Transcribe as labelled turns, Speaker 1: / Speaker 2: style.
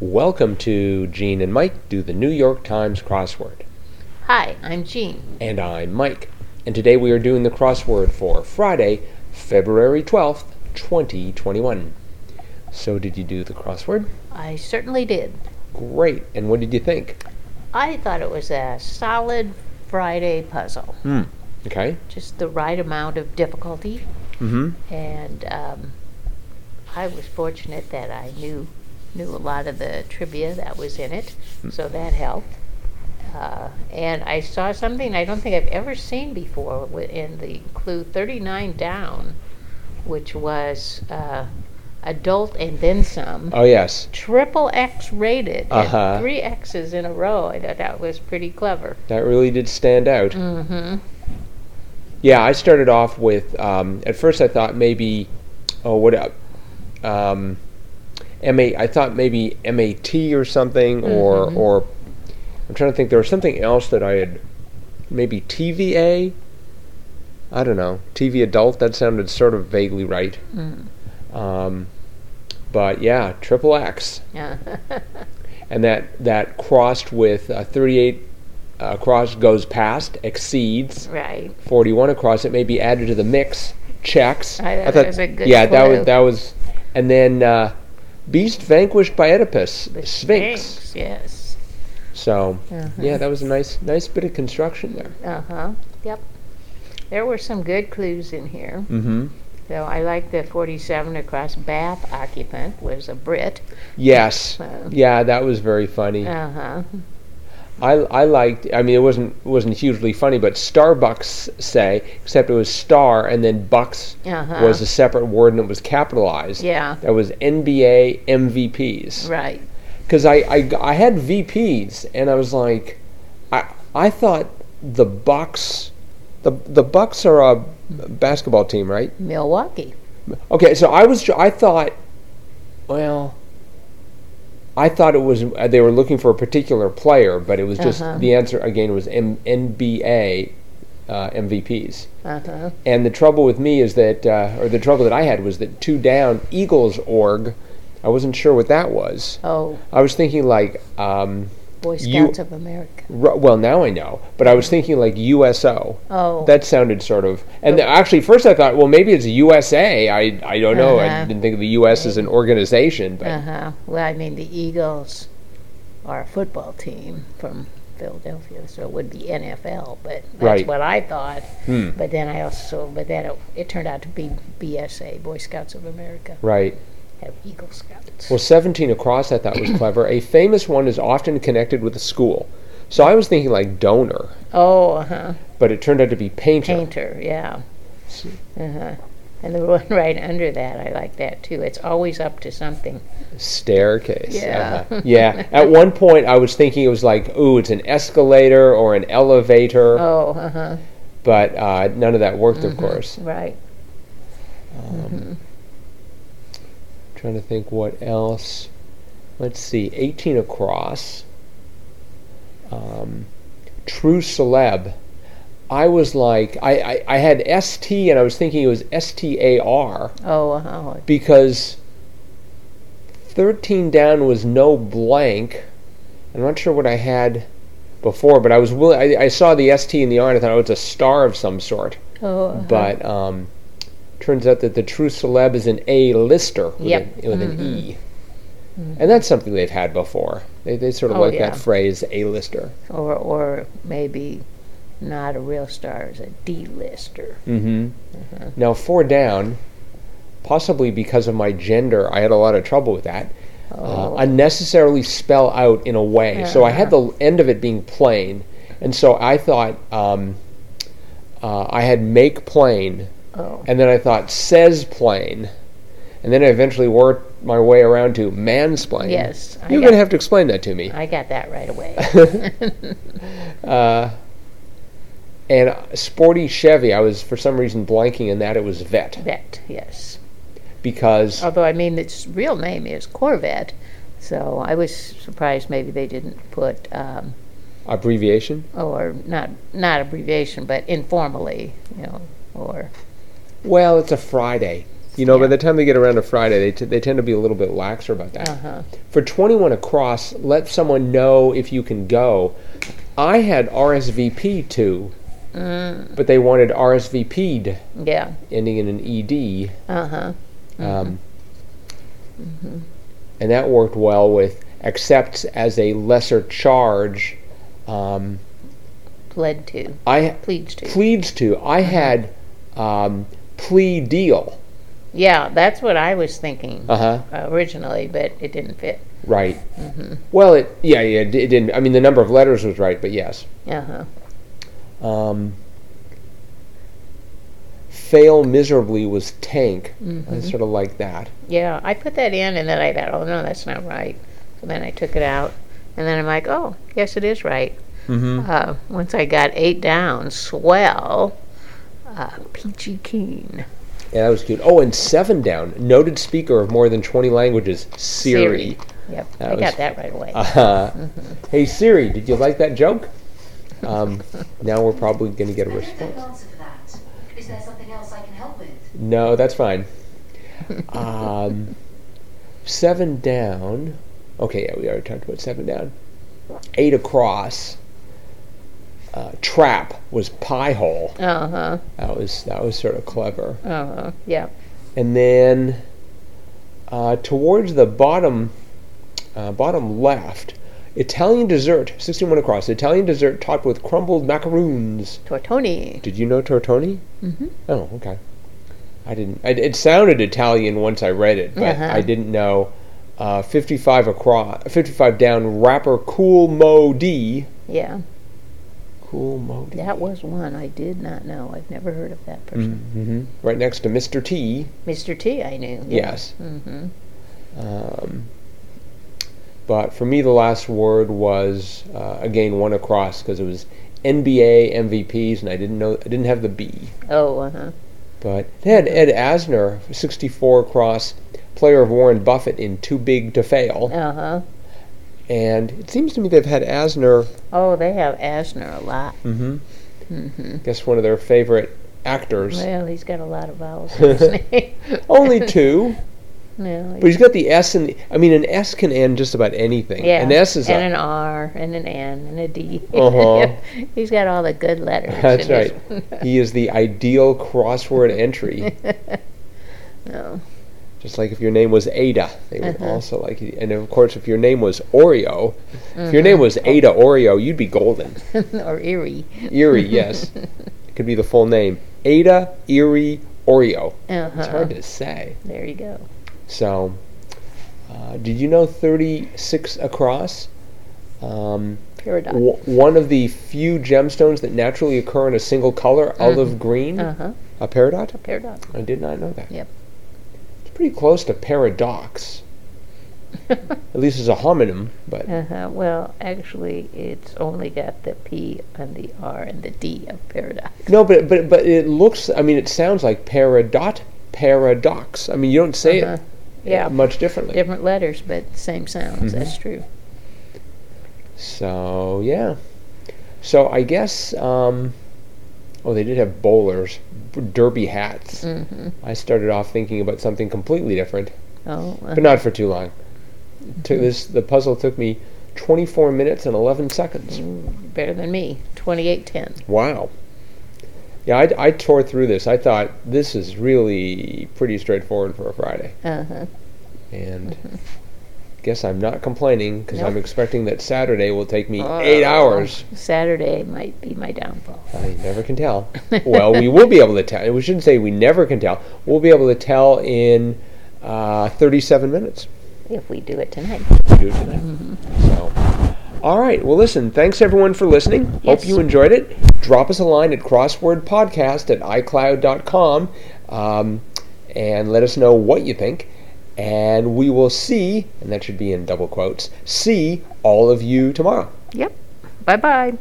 Speaker 1: Welcome to Gene and Mike do the New York Times crossword.
Speaker 2: Hi, I'm Jean.
Speaker 1: And I'm Mike. And today we are doing the crossword for Friday, February 12th, 2021. So, did you do the crossword?
Speaker 2: I certainly did.
Speaker 1: Great. And what did you think?
Speaker 2: I thought it was a solid Friday puzzle,
Speaker 1: Okay.
Speaker 2: just the right amount of difficulty.
Speaker 1: Mm-hmm.
Speaker 2: And um, I was fortunate that I knew knew a lot of the trivia that was in it, so that helped. Uh, and I saw something I don't think I've ever seen before wi- in the clue 39 down, which was uh, adult and then some.
Speaker 1: Oh, yes.
Speaker 2: triple X rated and
Speaker 1: Uh-huh.
Speaker 2: three X's in a row. I thought that was pretty clever.
Speaker 1: That really did stand out.
Speaker 2: Mm-hmm.
Speaker 1: Yeah, I started off with. Um, at first, I thought maybe, oh, what up, um, ma. I thought maybe mat or something, or or I'm trying to think. There was something else that I had, maybe tva. I don't know tv adult. That sounded sort of vaguely right. Um, but yeah, triple X
Speaker 2: Yeah.
Speaker 1: and that that crossed with uh, 38 uh, cross goes past exceeds
Speaker 2: right.
Speaker 1: 41 across it may be added to the mix checks
Speaker 2: I thought that was a good
Speaker 1: yeah that was
Speaker 2: clue.
Speaker 1: that was and then uh, beast vanquished by oedipus sphinx,
Speaker 2: Thanks, Yes.
Speaker 1: so
Speaker 2: Uh-huh.
Speaker 1: yeah that was a nice nice bit of construction there
Speaker 2: Uh huh. Yep. There were some good clues in here.
Speaker 1: mm-hmm.
Speaker 2: So I like the 47 across bath occupant was a Brit.
Speaker 1: yes
Speaker 2: Wow.
Speaker 1: yeah that was very funny
Speaker 2: Uh huh.
Speaker 1: I, I liked i mean it wasn't it wasn't hugely funny but starbucks say except it was star and then bucks
Speaker 2: Uh huh.
Speaker 1: was a separate word and it was capitalized
Speaker 2: yeah.
Speaker 1: that was nba mvps
Speaker 2: Right.
Speaker 1: because I, I I had VPs and I was like, I I thought the Bucks, the the Bucks are a basketball team, right?
Speaker 2: Milwaukee.
Speaker 1: Okay, so I was I thought, well, I thought it was uh, they were looking for a particular player, but it was just
Speaker 2: Uh-huh.
Speaker 1: the answer again was M- NBA uh, MVPs.
Speaker 2: Uh huh.
Speaker 1: And the trouble with me is that, uh, or the trouble that I had was that two down Eagles org, I wasn't sure what that was.
Speaker 2: Oh,
Speaker 1: I was thinking like. Um,
Speaker 2: Boy
Speaker 1: You-
Speaker 2: Scouts of America.
Speaker 1: Ru- Well, now I know, but I was thinking like USO.
Speaker 2: Oh.
Speaker 1: That sounded sort of, and th- actually, first I thought, well, maybe it's USA. I, I don't know. I
Speaker 2: Uh-huh.
Speaker 1: didn't think of the U.S. as an organization, but
Speaker 2: Uh huh. Well, I mean, the Eagles are a football team from Philadelphia, so it would be NFL. But that's
Speaker 1: Right.
Speaker 2: what I thought.
Speaker 1: Hmm.
Speaker 2: But then I also, but then it, it turned out to be BSA, Boy Scouts of America,
Speaker 1: right.
Speaker 2: have Eagle Scouts.
Speaker 1: Well, 17 across I thought was clever. A famous one is often connected with a school, so I was thinking like donor,
Speaker 2: oh, uh huh.
Speaker 1: but it turned out to be painter.
Speaker 2: Painter, yeah. Uh huh. And the one right under that, I like that too. It's always up to something.
Speaker 1: Staircase.
Speaker 2: Yeah.
Speaker 1: Uh-huh. Yeah. At one point, I was thinking it was like, ooh, it's an escalator or an elevator,
Speaker 2: Oh, Mm-hmm. uh huh.
Speaker 1: but uh, none of that worked, of course.
Speaker 2: Right.
Speaker 1: Trying to think what else. Let's see, 18 across. Um, true celeb. I was like, I, I, I had ST and I was thinking it was STAR
Speaker 2: Oh, uh huh.
Speaker 1: because 13 down was no blank. I'm not sure what I had before, but I was willing, I, I saw the ST in the R and I thought, oh, it's a star of some sort.
Speaker 2: Oh, uh-huh.
Speaker 1: But um, turns out that the true celeb is an A lister with,
Speaker 2: Yep. Mm-hmm.
Speaker 1: an, with an E. And that's something they've had before. They, they sort of
Speaker 2: Oh,
Speaker 1: like
Speaker 2: yeah.
Speaker 1: that phrase, A lister.
Speaker 2: or or maybe not a real star is a D-lister.
Speaker 1: Mm-hmm.
Speaker 2: Uh-huh.
Speaker 1: Now, four down, possibly because of my gender, I had a lot of trouble with that.
Speaker 2: Oh.
Speaker 1: Uh, unnecessarily spell out in a way. So I had the end of it being plain. And so I thought um, uh, I had make plain.
Speaker 2: Oh,
Speaker 1: And then I thought, says plane. And then I eventually worked my way around to mansplain. You're
Speaker 2: Yes, I got- Uh-huh.
Speaker 1: going to have to explain that to me.
Speaker 2: I got that right away.
Speaker 1: And sporty Chevy, I was for some reason blanking in that it was vet
Speaker 2: Vet, yes.
Speaker 1: because
Speaker 2: Although I mean, its real name is Corvette, so I was surprised maybe they didn't put um,
Speaker 1: abbreviation.
Speaker 2: or not not abbreviation, but informally, you know, or
Speaker 1: Well, it's a Friday. You know, by
Speaker 2: Yeah.
Speaker 1: the time they get around to Friday, they, t- they tend to be a little bit laxer about that.
Speaker 2: Uh-huh.
Speaker 1: For 21 across, let someone know if you can go. I had RSVP to,
Speaker 2: Mm.
Speaker 1: but they wanted RSVP'd,
Speaker 2: Yeah.
Speaker 1: ending in an E ED.
Speaker 2: Uh huh.
Speaker 1: Um, Mm-hmm. And that worked well with accepts as a lesser charge. Um,
Speaker 2: Pled to.
Speaker 1: I
Speaker 2: Pleads to.
Speaker 1: pleads to. I had um, plea deal.
Speaker 2: yeah, that's what I was thinking
Speaker 1: Uh huh.
Speaker 2: originally, but it didn't fit.
Speaker 1: Right. Well, it yeah yeah it, it didn't. I mean, the number of letters was right, but yes.
Speaker 2: Uh huh.
Speaker 1: Um, fail miserably was tank. I sort of like that.
Speaker 2: Yeah, I put that in and then I thought, oh no, that's not right. So then I took it out and then I'm like, oh, yes, it is right.
Speaker 1: Mm-hmm.
Speaker 2: Uh, once I got eight down, swell, uh, peachy keen.
Speaker 1: Yeah, that was good. Oh, and seven down. Noted speaker of more than twenty languages. Siri.
Speaker 2: Yep,
Speaker 1: That
Speaker 2: I
Speaker 1: was-
Speaker 2: got that right away.
Speaker 1: Uh, Hey Siri, did you like that joke? Um, now we're probably going to get a
Speaker 3: I don't know
Speaker 1: response.
Speaker 3: the answer for that. Is there something else I can help with?
Speaker 1: No, that's fine. Um, seven down. Okay, yeah, we already talked about seven down. Eight across. Uh, trap was pie hole.
Speaker 2: Uh huh.
Speaker 1: That was that was sort of clever.
Speaker 2: Uh huh. Yeah.
Speaker 1: And then uh, towards the bottom, uh, bottom left, Italian dessert. Sixty-one across. Italian dessert topped with crumbled macaroons.
Speaker 2: Tortoni.
Speaker 1: Did you know tortoni?
Speaker 2: Mhm.
Speaker 1: Oh, okay. I didn't. I, it sounded Italian once I read it, but
Speaker 2: Uh-huh.
Speaker 1: I didn't know. Uh, Fifty-five across, fifty-five down. Rapper Cool Mo D.
Speaker 2: Yeah,
Speaker 1: Cool Mo D.
Speaker 2: that was one I did not know. I've never heard of that person.
Speaker 1: hmm Right next to Mr. T.
Speaker 2: Mr. T, I knew.
Speaker 1: Mm. Yes.
Speaker 2: Mm-hmm.
Speaker 1: Um, but for me, the last word was uh, again one across because it was NBA MVPs, and I didn't know I didn't have the B.
Speaker 2: Oh, uh huh.
Speaker 1: But they had Ed Asner, 64 across, player of Warren Buffett in Too Big to Fail.
Speaker 2: Uh huh.
Speaker 1: And it seems to me they've had Asner,
Speaker 2: Oh, they have Asner a lot.
Speaker 1: mm-hmm.
Speaker 2: Mm-hmm.
Speaker 1: I guess one of their favorite actors.
Speaker 2: Well, he's got a lot of vowels in his name.
Speaker 1: Only two,
Speaker 2: no,
Speaker 1: but he's got the S and the, I mean, an S can end just about anything.
Speaker 2: yeah,
Speaker 1: An S is
Speaker 2: and
Speaker 1: a,
Speaker 2: an R and an N and a D.
Speaker 1: Uh-huh.
Speaker 2: he's got all the good letters.
Speaker 1: That's
Speaker 2: in his-
Speaker 1: right. he is the ideal crossword entry.
Speaker 2: No.
Speaker 1: Just like if your name was Ada, they would
Speaker 2: Uh-huh.
Speaker 1: also like it. And of course, if your name was Oreo, if your name was Ada Oreo, you'd be golden.
Speaker 2: Oh, or Erie.
Speaker 1: Erie, yes. it could be the full name. Ada Erie Oreo. It's
Speaker 2: Uh-huh.
Speaker 1: hard to say.
Speaker 2: There you go.
Speaker 1: So, uh, did you know 36 across? Um,
Speaker 2: Paradox.
Speaker 1: w- one of the few gemstones that naturally occur in a single color, olive green,
Speaker 2: Uh huh.
Speaker 1: a peridot?
Speaker 2: Paradox.
Speaker 1: I did not know that.
Speaker 2: Yep.
Speaker 1: It's pretty close to paradox. At least as a homonym, but
Speaker 2: Uh huh. Well, actually, it's only got the P and the R and the D of paradox.
Speaker 1: no, but but but it looks. I mean, it sounds like peridot, paradox. I mean, you don't say
Speaker 2: Uh-huh.
Speaker 1: it
Speaker 2: Yeah.
Speaker 1: much differently.
Speaker 2: Different letters, but same sounds.
Speaker 1: Mm-hmm.
Speaker 2: That's true.
Speaker 1: So yeah, so I guess um, oh they did have bowlers, b- derby hats.
Speaker 2: Mm-hmm.
Speaker 1: I started off thinking about something completely different,
Speaker 2: Oh, uh,
Speaker 1: but not for too long. It
Speaker 2: Mm-hmm.
Speaker 1: took this the puzzle took me 24 minutes and 11 seconds.
Speaker 2: better than me. Twenty-eight ten.
Speaker 1: Wow. Yeah, I, I tore through this. I thought this is really pretty straightforward for a Friday,
Speaker 2: Uh huh.
Speaker 1: and guess I'm not complaining because I'm
Speaker 2: Nope.
Speaker 1: expecting that Saturday will take me eight hours.
Speaker 2: Saturday might be my downfall.
Speaker 1: I never can tell. well, we will be able to tell. We shouldn't say we never can tell. We'll be able to tell in uh, 37 minutes.
Speaker 2: if we do it tonight.
Speaker 1: We do it tonight. So, all right. Well, listen. Thanks everyone for listening. Hope
Speaker 2: Yes.
Speaker 1: you enjoyed it. Drop us a line at crosswordpodcast at icloud.com um, and let us know what you think. And we will see, and that should be in double quotes, see all of you tomorrow.
Speaker 2: Yep. Bye bye.